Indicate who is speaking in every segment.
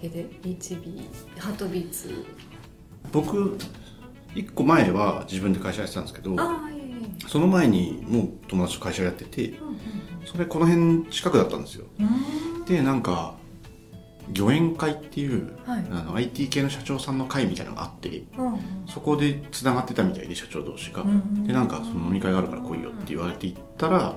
Speaker 1: けで HB ハートビーツ
Speaker 2: 僕1個前は自分で会社やってたんですけど
Speaker 1: ああいえい
Speaker 2: その前にもう友達と会社やってて
Speaker 1: えうんう
Speaker 2: それこの辺近くだったんですよ
Speaker 1: んうん
Speaker 2: でなんか漁園会っていう、
Speaker 1: はい
Speaker 2: あの IT 系の社長さんの会みたいなのがあって
Speaker 1: うん
Speaker 2: そこでつながってたみたいで社長同士が、
Speaker 1: うん
Speaker 2: でなんかその飲み会があるから来いよって言われて行ったら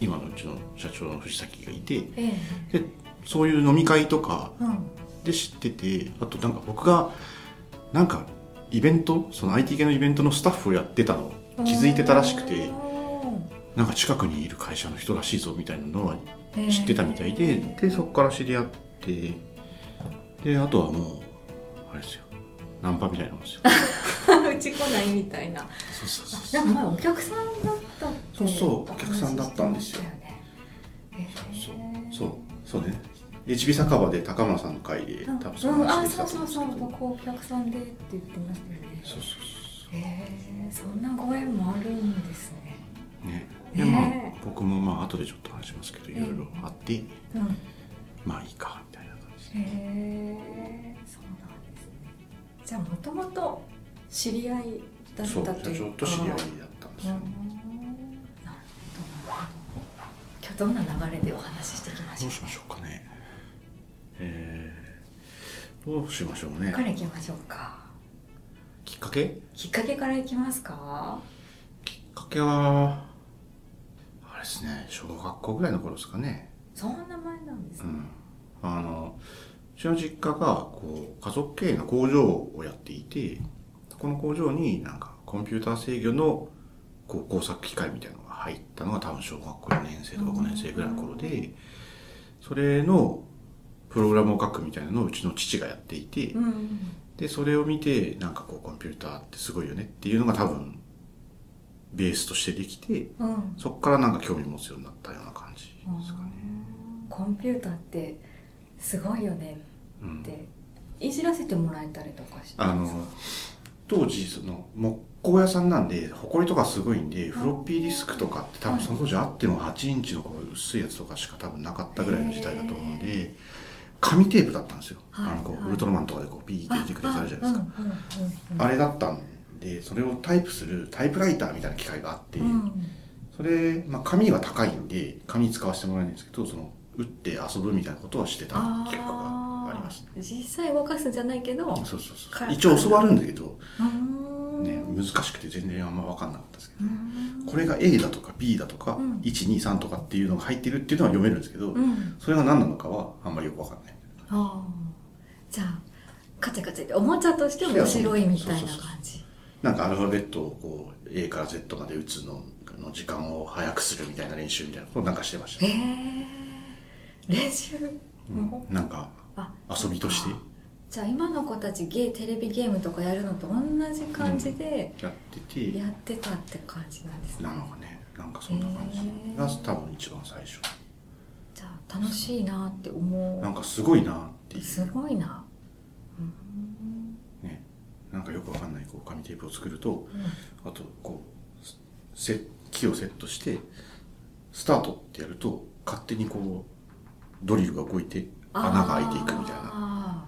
Speaker 2: 今のうちの社長の藤崎がいて
Speaker 1: ええ
Speaker 2: でそういう飲み会とか
Speaker 1: うん
Speaker 2: で知っててあとなんか僕がなんかイベントその IT 系のイベントのスタッフをやってたの気づいてたらしくてなんか近くにいる会社の人らしいぞみたいなのは知ってたみたいででそこから知り合ってであとはもうあれですよナンパみたいなもんで すよ
Speaker 1: 打ち来ないみたいな
Speaker 2: そうそうそう
Speaker 1: でも前お客さんだったって
Speaker 2: そうそうお客さんだったんですよ
Speaker 1: 話してました
Speaker 2: そう
Speaker 1: よねへえ
Speaker 2: そうそうね HB 酒場で高村さんの会で多分その
Speaker 1: うん、あ
Speaker 2: 話して
Speaker 1: そ
Speaker 2: た
Speaker 1: う
Speaker 2: と
Speaker 1: そう
Speaker 2: 思
Speaker 1: そ
Speaker 2: うん
Speaker 1: う
Speaker 2: ですけど
Speaker 1: 僕お客さんでって言ってましたよね
Speaker 2: そうそう
Speaker 1: へえそんなご縁もあるんですね
Speaker 2: そうねでまあ
Speaker 1: ね
Speaker 2: 僕もまあ後でちょっと話しますけどいろいろあって
Speaker 1: うん
Speaker 2: まあいいかみたいな感じで
Speaker 1: へえそうなんですねじゃあもともと知り合いだっ
Speaker 2: そう
Speaker 1: た
Speaker 2: 社
Speaker 1: というか
Speaker 2: 長と知り合いだったんです
Speaker 1: うーんなるほどな
Speaker 2: よ
Speaker 1: るほど今日どんな流れでお話ししていきまし
Speaker 2: ど
Speaker 1: ょ
Speaker 2: う
Speaker 1: う
Speaker 2: しましょうかねえー、どうしましょうね
Speaker 1: からいきましょうか
Speaker 2: きっかけ
Speaker 1: きっかけからいきますか
Speaker 2: きっかけはあれですね小学校ぐらいの頃ですかね
Speaker 1: そんな前なんです
Speaker 2: う
Speaker 1: ね、
Speaker 2: んあのうちの実家がこう家族経営の工場をやっていてそこの工場になんかコンピューター制御のこう工作機械みたいなのが入ったのが多分小学校4年生とか5年生ぐらいの頃でそれのプログラムを書くみたいなのをうちの父がやっていて、
Speaker 1: うんうん
Speaker 2: でそれを見てなんかこうコンピューターってすごいよねっていうのが多分ベースとしてできて
Speaker 1: うん
Speaker 2: そこからなんか興味持つようになったような感じですかね。
Speaker 1: コンピューターってすごいよね
Speaker 2: う
Speaker 1: っ
Speaker 2: ん、
Speaker 1: ていじらせてもらえたりとかして
Speaker 2: あの当時その木工屋さんなんで埃とかすごいんでフロッピーディスクとかって多分その当時あっても8インチのこう薄いやつとかしか多分なかったぐらいの時代だと思うんで紙テープだったんですよ、
Speaker 1: はい
Speaker 2: あのこ
Speaker 1: はいう
Speaker 2: ウルトラマンとかでこうピーって入れてくれたじゃないですか
Speaker 1: あ,、うんうんうんうん、
Speaker 2: あれだったんでそれをタイプするタイプライターみたいな機械があって、
Speaker 1: うん
Speaker 2: それ、まあ、紙は高いんで紙使わせてもらえないんですけどその打って遊ぶみたいなことはしてた
Speaker 1: あ
Speaker 2: 記憶があります
Speaker 1: ー実際動かすんじゃないけど
Speaker 2: そうそうそ
Speaker 1: か
Speaker 2: う一応教わるんだけど、
Speaker 1: うーん
Speaker 2: ね、難しくて全然あんま分かんなかったですけ
Speaker 1: う
Speaker 2: ど、
Speaker 1: ん
Speaker 2: これが A だとか B だとか、
Speaker 1: うん
Speaker 2: 123とかっていうのが入ってるっていうのは読めるんですけど、
Speaker 1: うん
Speaker 2: それが何なのかはあんまりよく分かんない
Speaker 1: あーじゃあカチャカチャっておもちゃとして面白いみたいな感じ
Speaker 2: なんかアルファベットをこう A から Z まで打つのの時間を早くするみたいな練習みたいなことをなんかしてました
Speaker 1: へ、え練習
Speaker 2: うんなんか
Speaker 1: あ
Speaker 2: 遊びとして
Speaker 1: じゃあ今の子たちゲーテレビゲームとかやるのと同じ感じで
Speaker 2: やってて、
Speaker 1: やってたって感じなんですね
Speaker 2: なのがねなんかそんな感じが多分一番最初
Speaker 1: じゃあ楽しいなって思
Speaker 2: なんかすごいなっていうう
Speaker 1: すごいなうん
Speaker 2: ねなんかよくわかんないこう紙テープを作ると
Speaker 1: うん
Speaker 2: あとこうせ木をセットしてスタートってやると勝手にこうドリルが動いて穴が開いていくみたいな、
Speaker 1: な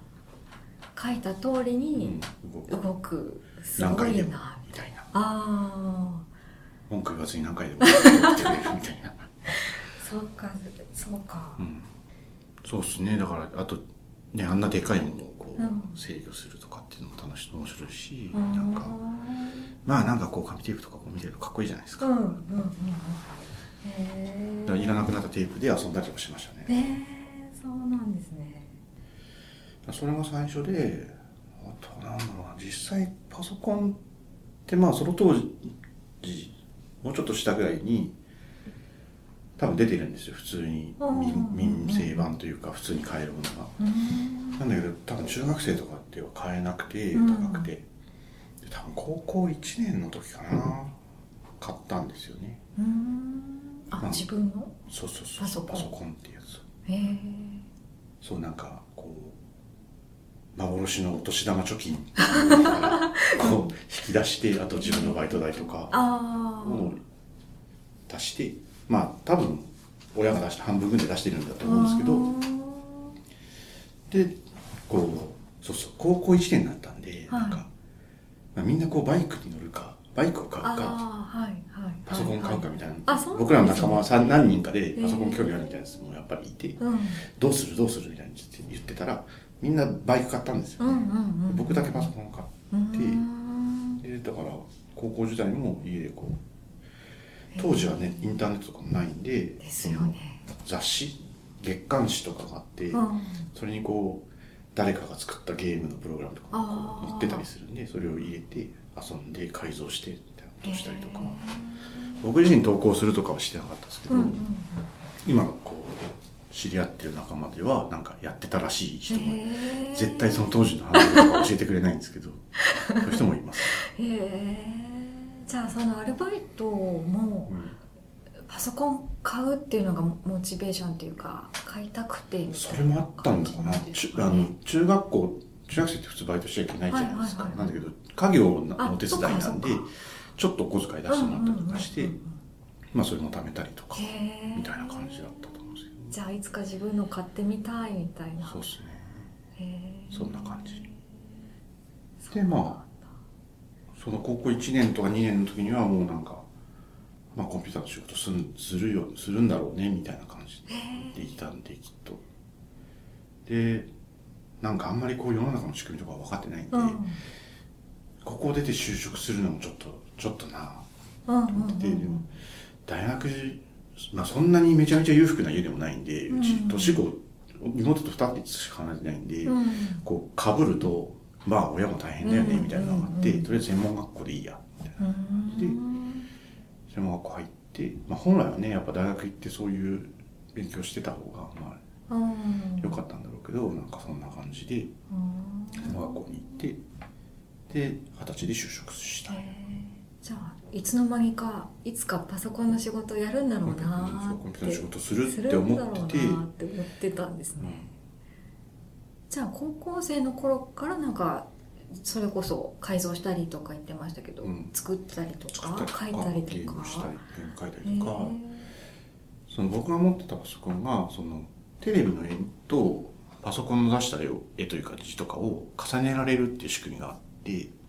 Speaker 1: 書いた通りに
Speaker 2: うん動く
Speaker 1: 動く、す
Speaker 2: 何
Speaker 1: ご
Speaker 2: 回
Speaker 1: い
Speaker 2: でも
Speaker 1: な
Speaker 2: みたいな
Speaker 1: あ
Speaker 2: 文句言わずに何回でもやってくれるみたいな、
Speaker 1: あそうかそうか
Speaker 2: う、ん、そうっすねだからあとねあんなでかいものをこ
Speaker 1: うん
Speaker 2: う制御するとかっていうのも楽しい面白いし、
Speaker 1: うん、
Speaker 2: なんかまあなんかこう紙テープとかこう見てるとかっこいいじゃないです
Speaker 1: う
Speaker 2: か,、
Speaker 1: んうんうんうんへ
Speaker 2: だからい
Speaker 1: え
Speaker 2: らなくなったテープで遊んだりとかしましたねだか
Speaker 1: ねえそうなんですね
Speaker 2: らそれが最初であとなんだろうな実際パソコンってまあその当時もうちょっとしたぐらいに多分出てるんですよ普通に
Speaker 1: うん
Speaker 2: 民民生版というか普通に買えるものが
Speaker 1: うーん
Speaker 2: なんだけど多分中学生とかでは買えなくて
Speaker 1: うん
Speaker 2: 高くて、で多分高校1年の時かな買ったんですよね
Speaker 1: うーんあ
Speaker 2: うん
Speaker 1: 自分の
Speaker 2: そうそうそう
Speaker 1: パソコン
Speaker 2: パソコンってやつ
Speaker 1: へえ
Speaker 2: そうなんかこう幻のお年玉 貯金こう引き出してあと自分のバイト代とか
Speaker 1: あ
Speaker 2: を出してまあ多分親が出して半分ぐらい出してるんだ
Speaker 1: あ
Speaker 2: と思うんですけどでこうそうそう高校1年だったんで、
Speaker 1: はい
Speaker 2: なんか、まあ、みんなこうバイクに乗るかバイクを買う
Speaker 1: あ
Speaker 2: か
Speaker 1: あはいはい
Speaker 2: パソコン買うか
Speaker 1: はい
Speaker 2: みたいな,、
Speaker 1: あそうなんですね
Speaker 2: 僕らの仲間はさん何人かで
Speaker 1: ー
Speaker 2: パソコン興味あるみたいなやつもやっぱりいて、
Speaker 1: はい
Speaker 2: どうするどうするみたいに言ってたらみんなバイク買ったんですよ、
Speaker 1: うん、うんうんうん
Speaker 2: 僕だけパソコン買
Speaker 1: うー
Speaker 2: っ
Speaker 1: ん
Speaker 2: てだから高校時代も家でこう当時はねインターネットとかもないんで
Speaker 1: ですよね
Speaker 2: その雑誌月刊誌とかがあって、
Speaker 1: うん
Speaker 2: それにこう誰かが作ったゲームのプログラムとか
Speaker 1: あー
Speaker 2: 売ってたりするんでそれを入れて遊んで改造してみたいなことしたりとか、僕自身投稿するとかはしてなかったですけ
Speaker 1: う
Speaker 2: ど、
Speaker 1: んうん
Speaker 2: 今こう知り合ってる仲間ではなんかやってたらしい人も、
Speaker 1: へー
Speaker 2: 絶対その当時の話とか教えてくれないんですけどそういう人もいます、
Speaker 1: へえじゃあそのアルバイトも
Speaker 2: うん
Speaker 1: パソコン買うっていうのがモチベーションっていうか買いたくてみ
Speaker 2: そ
Speaker 1: た
Speaker 2: れ
Speaker 1: い
Speaker 2: もあ
Speaker 1: な
Speaker 2: った
Speaker 1: 感
Speaker 2: んだ
Speaker 1: じ
Speaker 2: か
Speaker 1: なん
Speaker 2: な、
Speaker 1: です
Speaker 2: 中
Speaker 1: か
Speaker 2: あ
Speaker 1: ね
Speaker 2: の中学校中学生って普通バイトしちゃいけないじゃないですか、
Speaker 1: はいはいは
Speaker 2: ないんだけど家業の
Speaker 1: あ
Speaker 2: お手伝いなんで
Speaker 1: そっかそっか
Speaker 2: ちょっとお小遣い出してもらったりとかし
Speaker 1: う
Speaker 2: て、
Speaker 1: んうんうんうん
Speaker 2: まあそれも貯めたりとか
Speaker 1: へー
Speaker 2: みたいな感じだったと思うんですけど
Speaker 1: じゃあいつか自分の買ってみたいみたいな
Speaker 2: そうですね
Speaker 1: へー
Speaker 2: そんな感じ
Speaker 1: そう
Speaker 2: でまあその高校1年とか2年の時にはもうなんか、まあ、コンピューターの仕事すんするよするんだろうねみたいな感じでいたんできっとでなんかあんまりこう世の中の仕組みとか分かってないんで、
Speaker 1: うん
Speaker 2: ここ出て就職するのもちょっとちょっとな
Speaker 1: うん
Speaker 2: と思ってて、
Speaker 1: うんうんうん
Speaker 2: でも大学、まあ、そんなにめちゃめちゃ裕福な家でもないんでうち
Speaker 1: うん
Speaker 2: 年子妹と2つしか離れてないんで、
Speaker 1: うん
Speaker 2: こうかぶるとまあ親も大変だよね
Speaker 1: うん
Speaker 2: みたいなのがあって、
Speaker 1: うん
Speaker 2: とりあえず専門学校でいいやみたいな
Speaker 1: うん
Speaker 2: で専門学校入って、まあ、本来はねやっぱ大学行ってそういう勉強してた方がま
Speaker 1: うん
Speaker 2: あ良かったんだろうけどなんかそんな感じで
Speaker 1: うん
Speaker 2: 専門学校に行ってで二十歳で就職したい。
Speaker 1: じゃあいつの間にかいつかパソコンの仕事やるんだろうな
Speaker 2: コ
Speaker 1: ー
Speaker 2: ン
Speaker 1: っ
Speaker 2: ピューター
Speaker 1: て
Speaker 2: の仕事するって思ってて
Speaker 1: するんだろうなーって思ってたんですね、じゃあ高校生の頃からなんかそれこそ改造したりとか言ってましたけど、
Speaker 2: うん
Speaker 1: 作ったりとか
Speaker 2: 作ったり
Speaker 1: 書いたりと
Speaker 2: ゲー
Speaker 1: か
Speaker 2: ムしたりゲーム書いた
Speaker 1: へ
Speaker 2: りとか
Speaker 1: ー
Speaker 2: その僕が持ってたパソコンがそのテレビの絵とパソコンの出した絵を絵というか字とかを重ねられるっていう仕組みがあって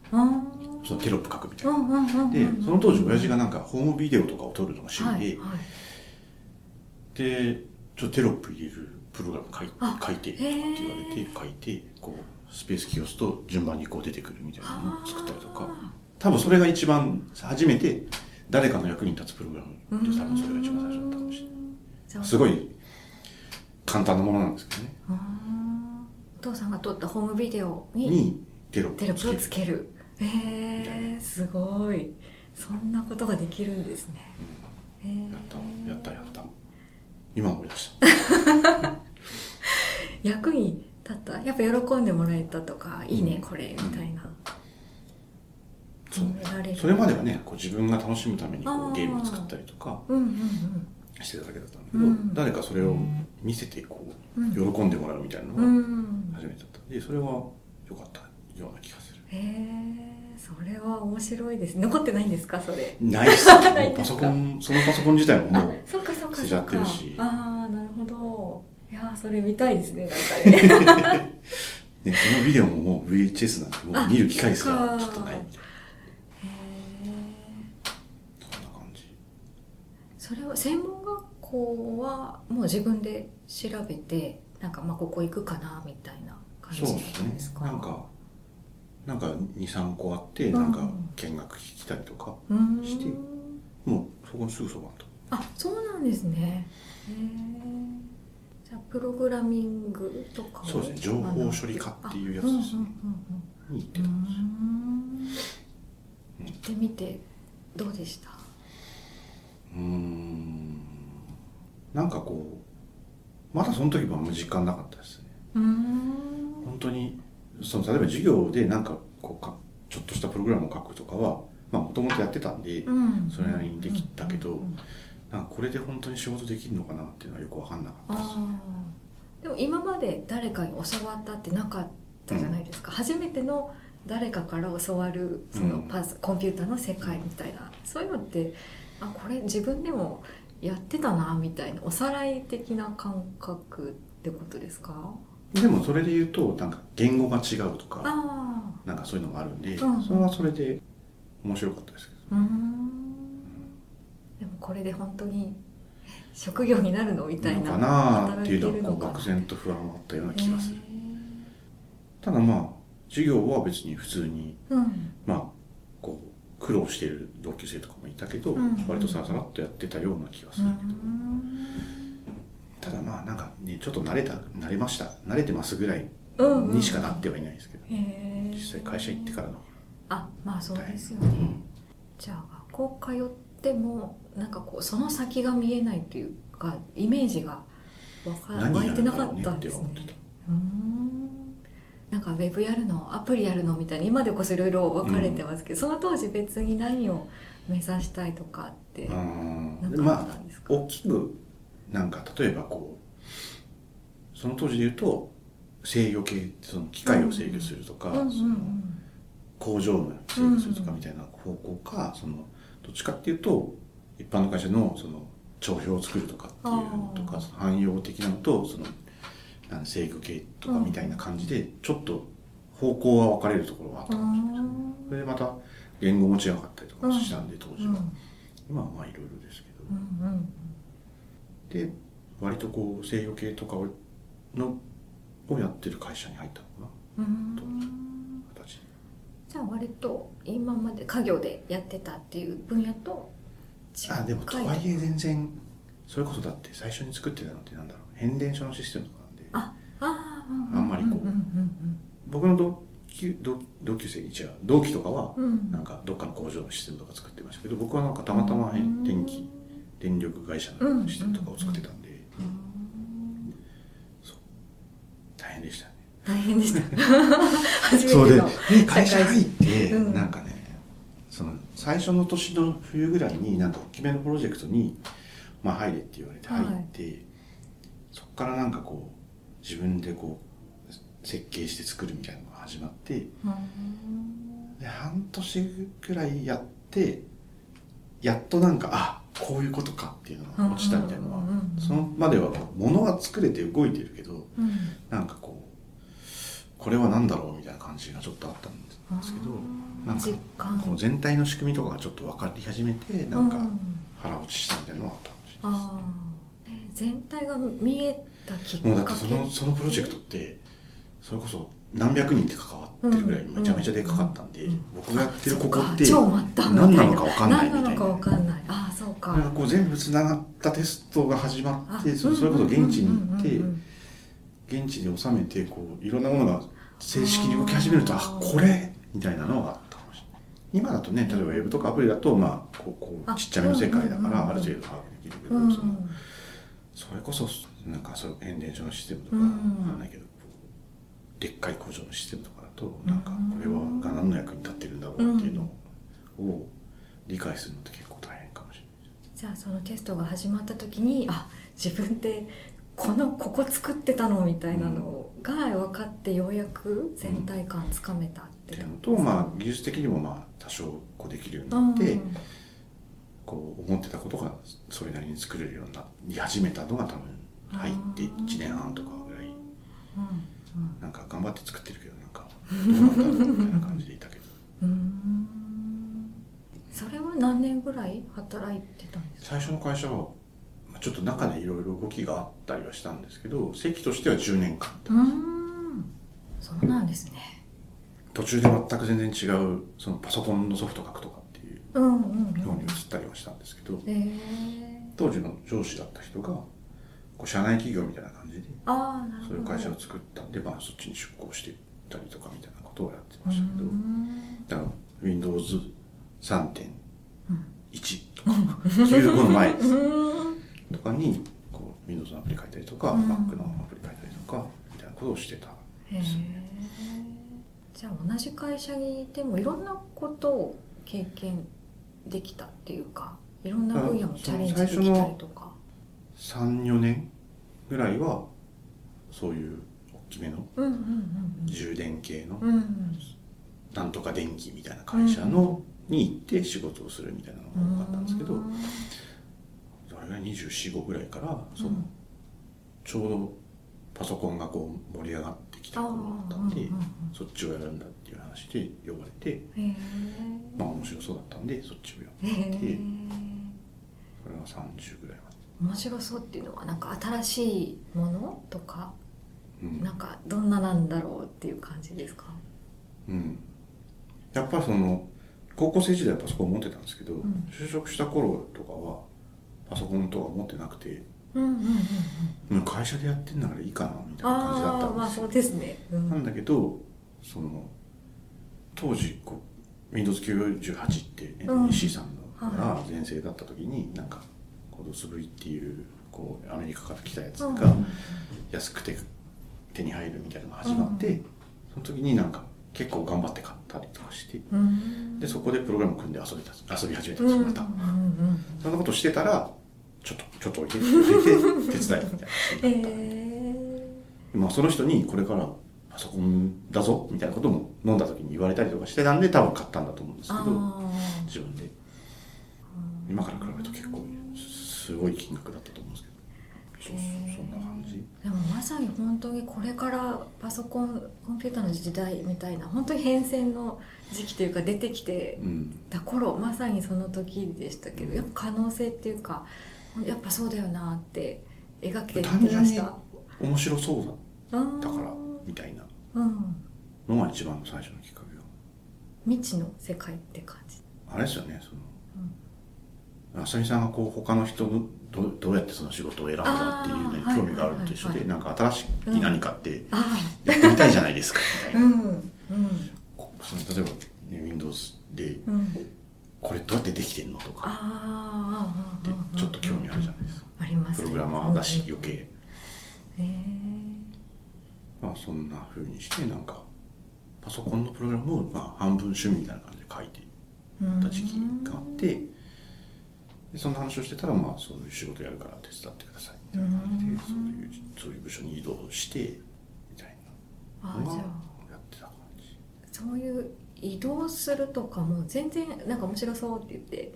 Speaker 1: うん
Speaker 2: そのテロップ書くみたい
Speaker 1: うん
Speaker 2: な。
Speaker 1: うんうんうん
Speaker 2: でその当時親父がなんかホームビデオとかを撮るのが趣味で、
Speaker 1: はいはい
Speaker 2: でちょっとテロップ入れるプログラム書い
Speaker 1: あ
Speaker 2: 書いてって言われて書いてこうスペースキーを押すと順番にこう出てくるみたいなのを作ったりとか。多分それが一番初めて誰かの役に立つプログラムで多分それが一番最初だったかもしれない
Speaker 1: ない
Speaker 2: すごい簡単なものなんですけどね
Speaker 1: お父さんが撮ったホームビデオに
Speaker 2: にテロッ
Speaker 1: テ
Speaker 2: プ
Speaker 1: ロップを
Speaker 2: をつける
Speaker 1: つけるへえー、すごいそんなことができるんですねへー
Speaker 2: やったやったやった今思い出した
Speaker 1: 役に立ったやっぱ喜んでもらえたとかいいねこれみたいな
Speaker 2: そうね
Speaker 1: 褒められる
Speaker 2: それまではねこう自分が楽しむためにこ
Speaker 1: あー
Speaker 2: うゲームを作ったりとか
Speaker 1: うんうん
Speaker 2: してただけだったんだけど、
Speaker 1: うん
Speaker 2: 誰かそれを見せてこう
Speaker 1: うん
Speaker 2: 喜んでもらうみたいな
Speaker 1: うんう
Speaker 2: のが
Speaker 1: ん
Speaker 2: 初めてだったでそれは良かったような気がする
Speaker 1: へえそれは面白いです残ってないんですかそれ
Speaker 2: ないっ す
Speaker 1: ないん
Speaker 2: も
Speaker 1: で
Speaker 2: うパ
Speaker 1: す
Speaker 2: ソ
Speaker 1: か
Speaker 2: コンそのパソコン自体も
Speaker 1: あ
Speaker 2: もう
Speaker 1: そっかそっか
Speaker 2: 捨てち
Speaker 1: そ
Speaker 2: ゃ
Speaker 1: っ
Speaker 2: って
Speaker 1: か
Speaker 2: るし
Speaker 1: ああなるほどいやーそれ見たいですね なんかね
Speaker 2: ね、このビデオももう VHS なんでもう見る機会すら
Speaker 1: あ
Speaker 2: ちょっとないみ
Speaker 1: へ
Speaker 2: たい
Speaker 1: え
Speaker 2: なそんな感じ
Speaker 1: それは専門学校はもう自分で調べてなんかまあここ行くかなみたいな感じ
Speaker 2: そうで
Speaker 1: なんです
Speaker 2: すね
Speaker 1: か
Speaker 2: なんかなんか23個あって
Speaker 1: うん
Speaker 2: なんか見学聞きたりとか、
Speaker 1: うーん
Speaker 2: してもうそこのすぐそばと
Speaker 1: あそうなんですねへえじゃあプログラミングとかを
Speaker 2: そうですね情報処理科っていうやつですね
Speaker 1: あ
Speaker 2: に行って
Speaker 1: うんうんうんうん
Speaker 2: たんですよ
Speaker 1: うーん行ってみてどうでした
Speaker 2: うーんなんかこうまだその時はあんま実感なかったですね
Speaker 1: うーん
Speaker 2: 本当にその例えば授業でなんかこうかちょっとしたプログラムを書くとかはもともとやってたんで、
Speaker 1: うん
Speaker 2: それなりにできたけど
Speaker 1: うんうんうん
Speaker 2: なんかこれで本当に仕事できるのかなっていうのはよく分かんなかったです
Speaker 1: あーでも今まで誰かに教わったってなかったじゃないですか、初めての誰かから教わるその
Speaker 2: うん
Speaker 1: パス、コンピューターの世界みたいなそういうのってあこれ自分でもやってたなみたいなおさらい的な感覚ってことですか
Speaker 2: でもそれで言うとなんか言語が違うとか
Speaker 1: あ
Speaker 2: なんかそういうのもあるんで、
Speaker 1: うん
Speaker 2: それはそれで面白かったですけど
Speaker 1: あうーんでもこれで本当に職業になるのみたい
Speaker 2: の
Speaker 1: な
Speaker 2: かなーっていうのはこう
Speaker 1: 働
Speaker 2: 漠
Speaker 1: いてる
Speaker 2: 然と不安はあったような
Speaker 1: のか
Speaker 2: 気がする、
Speaker 1: へー
Speaker 2: ただまあ授業は別に普通に
Speaker 1: うん
Speaker 2: まあこう苦労している同級生とかもいたけど、
Speaker 1: うん
Speaker 2: 割とさらさらっとやってたような気がす
Speaker 1: う
Speaker 2: る、
Speaker 1: ん
Speaker 2: ただまあなんかねちょっと慣れた慣れました慣れてますぐらい
Speaker 1: うんうん
Speaker 2: にしかなってはいないですけど、
Speaker 1: へー
Speaker 2: 実際会社行ってからの方
Speaker 1: あまあそう
Speaker 2: が大変
Speaker 1: ですよね、じゃあ学校通ってもなんかこうその先が見えないというかイメージがわか
Speaker 2: 何
Speaker 1: 湧
Speaker 2: や
Speaker 1: いて
Speaker 2: るん
Speaker 1: な
Speaker 2: だ
Speaker 1: か
Speaker 2: ろう
Speaker 1: っ
Speaker 2: ね
Speaker 1: たん
Speaker 2: って
Speaker 1: です
Speaker 2: 思
Speaker 1: ね
Speaker 2: ってた
Speaker 1: うーんなんかウェブやるのアプリやるのみたいに今でこそいろいろ分かれてますけど、その当時別に何を目指したいとかって
Speaker 2: う
Speaker 1: なんん
Speaker 2: で
Speaker 1: かあっ
Speaker 2: ま
Speaker 1: た
Speaker 2: あ
Speaker 1: んですか、
Speaker 2: 大きくなんか例えばこうその当時で言うと制御系ってその機械を制御するとか、
Speaker 1: うんうん
Speaker 2: その工場の制御するとかみたいな方向か、そのどっちかっていうと一般の会社のその帳票を作るとかっていうのと
Speaker 1: あ
Speaker 2: か
Speaker 1: ー
Speaker 2: その汎用的なのとそのなん制御系とかみたいな感じでちょっと方向は分かれるところがあった
Speaker 1: う
Speaker 2: かもしれないですね
Speaker 1: ん
Speaker 2: それでまた言語も違かったりとかしたんで当
Speaker 1: う
Speaker 2: 時
Speaker 1: ん
Speaker 2: は、今はまあいろいろですけど、
Speaker 1: うんうん
Speaker 2: で割とこう制御系とかをのをやってる会社に入ったのか
Speaker 1: うんうん
Speaker 2: な形
Speaker 1: じゃあ割と今まで家業でやってたっていう分野と違う
Speaker 2: あでもと
Speaker 1: 回
Speaker 2: はいえ全然それこそだって最初に作ってたのってなんだろう変電所のシステムとかなんで
Speaker 1: ああーう
Speaker 2: あんまりこう
Speaker 1: うんうん
Speaker 2: 僕の同級同同級生一応同期とかは
Speaker 1: うんうん
Speaker 2: なんかどっかの工場のシステムとか作ってましたけど僕はなんかたまたま変電気電力会社のシステムとかを作ってたんで、
Speaker 1: うん
Speaker 2: 大変でしたね
Speaker 1: 大変で した初めて
Speaker 2: そうで、
Speaker 1: の
Speaker 2: ね会社入って、
Speaker 1: うん
Speaker 2: なんかねその最初の年の冬ぐらいになんか大きめのプロジェクトに、まあ、入れって言われて
Speaker 1: はい
Speaker 2: 入って、そこからなんかこう自分でこう設計して作るみたいなのが始まって
Speaker 1: うん
Speaker 2: で半年ぐらいやってやっとなんかあこういうことかっていうのが落ちたみたいなのは、
Speaker 1: うんうんうんうん
Speaker 2: そのまでは物は作れて動いてるけど、
Speaker 1: うん
Speaker 2: なんかこうこれは何だろうみたいな感じがちょっとあったんですけどなんか
Speaker 1: 実感
Speaker 2: こう全体の仕組みとかがちょっと分かり始めてなんか
Speaker 1: う
Speaker 2: 腹落ちしたみたいなのがあったかもしれない
Speaker 1: あーね全体が見えたきっかけ
Speaker 2: もうだってそのそのプロジェクトってそれこそ何百人って関わってるぐらいめちゃめちゃでかかったんで、
Speaker 1: うんうん
Speaker 2: 僕がやってるここっ
Speaker 1: あ
Speaker 2: て
Speaker 1: そうか超末端
Speaker 2: 何
Speaker 1: みた
Speaker 2: ないのか分かんないみた
Speaker 1: 何
Speaker 2: い
Speaker 1: な
Speaker 2: な
Speaker 1: のか分かんないああそうか
Speaker 2: なんかこう全部つながったテストが始ま
Speaker 1: あ
Speaker 2: ってそそれこそ現地に行
Speaker 1: うん
Speaker 2: っ
Speaker 1: うんうんうん
Speaker 2: て現地で収めてこういろんなものが正式に動き始めると
Speaker 1: あ
Speaker 2: あ
Speaker 1: ー
Speaker 2: これみたいなのがあったかもしれない今だとね例えばウェブとかアプリだとまあこうこ
Speaker 1: あ
Speaker 2: うちっちゃめの世界
Speaker 1: うんう
Speaker 2: だか
Speaker 1: んうんう
Speaker 2: ら
Speaker 1: ん
Speaker 2: ある程度把握できるけど、
Speaker 1: うんうん
Speaker 2: そのそれこそなんかそういう変電所のシステムとか
Speaker 1: う
Speaker 2: わ
Speaker 1: ん
Speaker 2: かんないけど、こうでっかい工場のシステムとかだとなんかこれはが何の役に立ってるんだろうっていうのを理解するのって結構大変かもしれない。
Speaker 1: じゃあそのテストが始まった時にあ自分ってこのここ作ってたのみたいなのが分かってようやく全体感つかめたっ
Speaker 2: ってて
Speaker 1: こ
Speaker 2: いうの
Speaker 1: と
Speaker 2: と、
Speaker 1: ですか
Speaker 2: まあ、技術的にもまあ多少こうできるように
Speaker 1: う
Speaker 2: なんって、こう思ってたことがそれなりに作れるようになり始めたのが多分入って
Speaker 1: うん
Speaker 2: 1年半とかぐらい
Speaker 1: うん
Speaker 2: なんか頑張って作ってるけどなんかどうなんだろうみたいな感じでいたけど
Speaker 1: うんうんそれは何年ぐらい働いてたんですか
Speaker 2: 最初の会社はまあちょっと中でいろいろ動きがあったりはしたんですけど席としては10年間
Speaker 1: うんそうなんですね
Speaker 2: 途中で全く全然違うそのパソコンのソフト書くとかっていう
Speaker 1: うんうんう
Speaker 2: ように移
Speaker 1: ん
Speaker 2: ったりはしたんですけど
Speaker 1: えー、
Speaker 2: 当時の上司だった人がこう社内企業みたいな感じで
Speaker 1: ああなる
Speaker 2: そ
Speaker 1: ほ
Speaker 2: う
Speaker 1: ど
Speaker 2: いう会社を作ったんで、まあ、そっちに出向していったりとかみたいなことをやって
Speaker 1: う
Speaker 2: ましたけど、
Speaker 1: ん
Speaker 2: だから Windows3.1 とか、95の前です
Speaker 1: うん
Speaker 2: とかにこう Windows のアプリ書いたりとか、
Speaker 1: うん
Speaker 2: Mac のアプリ書いたりとかみたいなことをしてた
Speaker 1: へえじゃあ同じ会社にいてもいろんなことを経験できたっていうかいろんな分野もチャレンジできたりとか
Speaker 2: 34年ぐらいはそういう大きめの
Speaker 1: うんうん
Speaker 2: 充電系の
Speaker 1: うんうんうん
Speaker 2: なんとか電気みたいな会社のに行って仕事をするみたいな
Speaker 1: う
Speaker 2: の
Speaker 1: ん
Speaker 2: が多かったんですけど、
Speaker 1: うん
Speaker 2: それが245ぐらいからその、
Speaker 1: うん
Speaker 2: ちょうどパソコンがこう盛り上がってきた頃だったんで、そっちをやるんだっていう話で呼ばれて、
Speaker 1: へえ
Speaker 2: まあ面白そうだったんでそっちをやる
Speaker 1: へえ
Speaker 2: これが30ぐらいまで、
Speaker 1: 面白そうっていうのはなんか新しいものとか
Speaker 2: うん
Speaker 1: なんかどんななんだろうっていう感じですか、
Speaker 2: うん、やっぱその高校生時代はパソコン持ってたんですけど、
Speaker 1: ん
Speaker 2: 就職した頃とかはパソコンとか持ってなくて
Speaker 1: うんうんうんうん、
Speaker 2: うん会社でやってんだからいいかなみたいな感じだった
Speaker 1: あ
Speaker 2: んです
Speaker 1: あまあそうですね、うん
Speaker 2: なんだけどその当時こう Windows98 って
Speaker 1: うん
Speaker 2: NEC さんのが
Speaker 1: は
Speaker 2: 全盛だった時に、なんかこうドス V っていうこうアメリカから来たやつ
Speaker 1: うん
Speaker 2: が安くて手に入るみたいなのが始まって、
Speaker 1: う
Speaker 2: その時になんか結構頑張って買ったりとかして
Speaker 1: うん
Speaker 2: でそこでプログラム組んで遊びた遊び始めた
Speaker 1: うん
Speaker 2: で
Speaker 1: んうんう
Speaker 2: すよま
Speaker 1: ん
Speaker 2: た、
Speaker 1: うん
Speaker 2: そんなことしてたらちょっとちょっと置いて置いて手伝いみたいな
Speaker 1: へ え
Speaker 2: まあ、その人にこれからパソコンだぞみたいなことも飲んだ時に言われたりとかしてたんで多分買ったんだと思うんですけ
Speaker 1: あ
Speaker 2: ど
Speaker 1: あ
Speaker 2: 自分で
Speaker 1: うん
Speaker 2: 今から比べると結構すごい金額だったと思うんですけどそうそうそんな感じ
Speaker 1: でもまさに本当にこれからパソコンコンピューターの時代みたいな本当に変遷の時期というか出てきて
Speaker 2: うん
Speaker 1: た頃まさにその時でしたけどやっぱ可能性っていうかやっぱそうだよなって描けてました
Speaker 2: 面白そうだ
Speaker 1: うん
Speaker 2: ったからみたいな
Speaker 1: うん
Speaker 2: のが一番の最初のきっかけ
Speaker 1: 未知の世界って感じ
Speaker 2: があれですよねその浅見さんがこう他の人のどうどうやってその仕事を選んだっていうのに興味があると一緒
Speaker 1: あーはいはいはいはい
Speaker 2: でなんか新しい何かって
Speaker 1: あ
Speaker 2: やってみたいじゃないですかみたい
Speaker 1: あう
Speaker 2: な
Speaker 1: う
Speaker 2: ん
Speaker 1: ん
Speaker 2: こその例えば、ね、Windows で
Speaker 1: うん
Speaker 2: これどうやってできてんのと
Speaker 1: ああ
Speaker 2: か
Speaker 1: ああ
Speaker 2: でちょっと興味あるじゃないですか
Speaker 1: あります
Speaker 2: プログラマーだし余計
Speaker 1: へえ
Speaker 2: まあそんな風にしてなんかパソコンのプログラムをまあ半分趣味みたいな感じで書いてた時期があってでそんな話をしてたらまあそういう仕事やるから手伝ってくださいみたいな感じでそういうそういう部署に移動してみたいな
Speaker 1: あ
Speaker 2: の
Speaker 1: あ
Speaker 2: が
Speaker 1: じゃあ
Speaker 2: やってた感じ
Speaker 1: そういう移動するとかも全然なんか面白そうって言って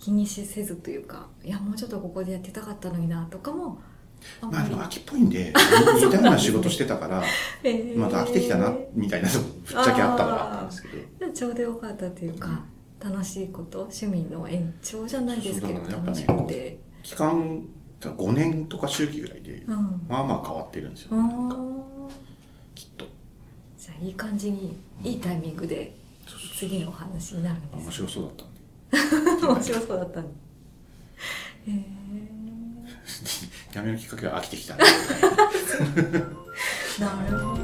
Speaker 1: 気にしせずというかいやもうちょっとここでやってたかったのになとかもあん
Speaker 2: まあ
Speaker 1: ま
Speaker 2: で
Speaker 1: り
Speaker 2: も秋っぽい んで似たような仕事してたから
Speaker 1: えー
Speaker 2: また飽きてき たなみたいなのもぶっちゃけあったからあったんですけど
Speaker 1: でもちょうどよかったというか、楽しいこと趣味の延長じゃないですけど、
Speaker 2: そうそうだか
Speaker 1: 楽
Speaker 2: らや
Speaker 1: し
Speaker 2: っぱね
Speaker 1: くて、
Speaker 2: 期間が5年とか周期ぐらいで、
Speaker 1: うん、
Speaker 2: まあまあ変わってるんですよ、ね、なんか
Speaker 1: おー
Speaker 2: きっと
Speaker 1: じゃあいい感じにいいタイミングで
Speaker 2: そうそう
Speaker 1: 次のお話になるんで
Speaker 2: 面
Speaker 1: す
Speaker 2: 白そうだったんで
Speaker 1: 面白そうだったのへえ
Speaker 2: やめるきっかけが飽きてきた
Speaker 1: なるほど